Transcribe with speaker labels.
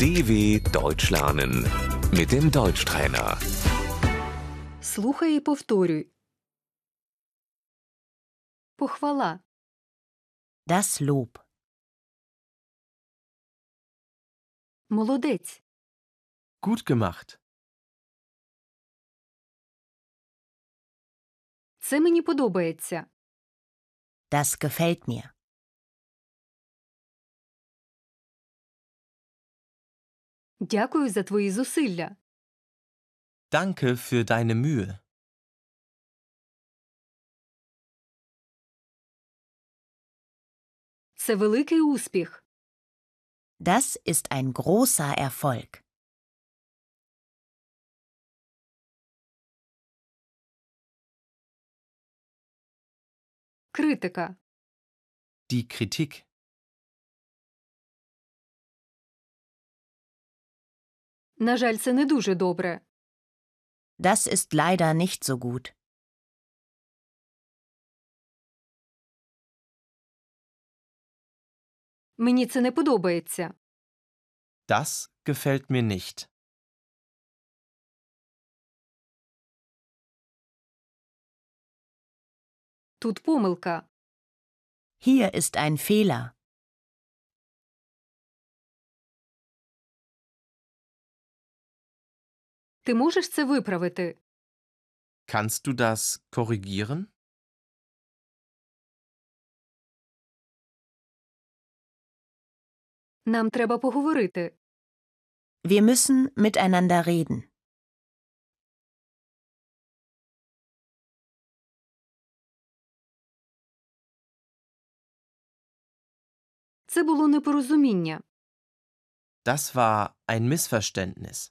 Speaker 1: DW Deutsch lernen mit dem Deutschtrainer.
Speaker 2: Слухай і повторюй. Похвала,
Speaker 3: Das Lob.
Speaker 2: молодець,
Speaker 4: Gut gemacht.
Speaker 2: це мені подобається.
Speaker 3: Das gefällt mir.
Speaker 2: Дякую за твої зусилля.
Speaker 4: Danke für deine Mühe.
Speaker 2: Це великий успіх.
Speaker 3: Das ist ein großer Erfolg.
Speaker 2: Критика.
Speaker 4: Die Kritik.
Speaker 2: На жаль, це не дуже добре.
Speaker 3: Das ist leider nicht so gut.
Speaker 2: Мені це не подобається.
Speaker 4: Das gefällt mir nicht.
Speaker 2: Тут помилка.
Speaker 3: Hier ist ein Fehler.
Speaker 2: Ти можеш це виправити.
Speaker 4: Kannst du das korrigieren?
Speaker 2: Нам треба поговорити.
Speaker 3: Wir müssen miteinander reden.
Speaker 2: Це було непорозуміння.
Speaker 4: Das war ein Missverständnis.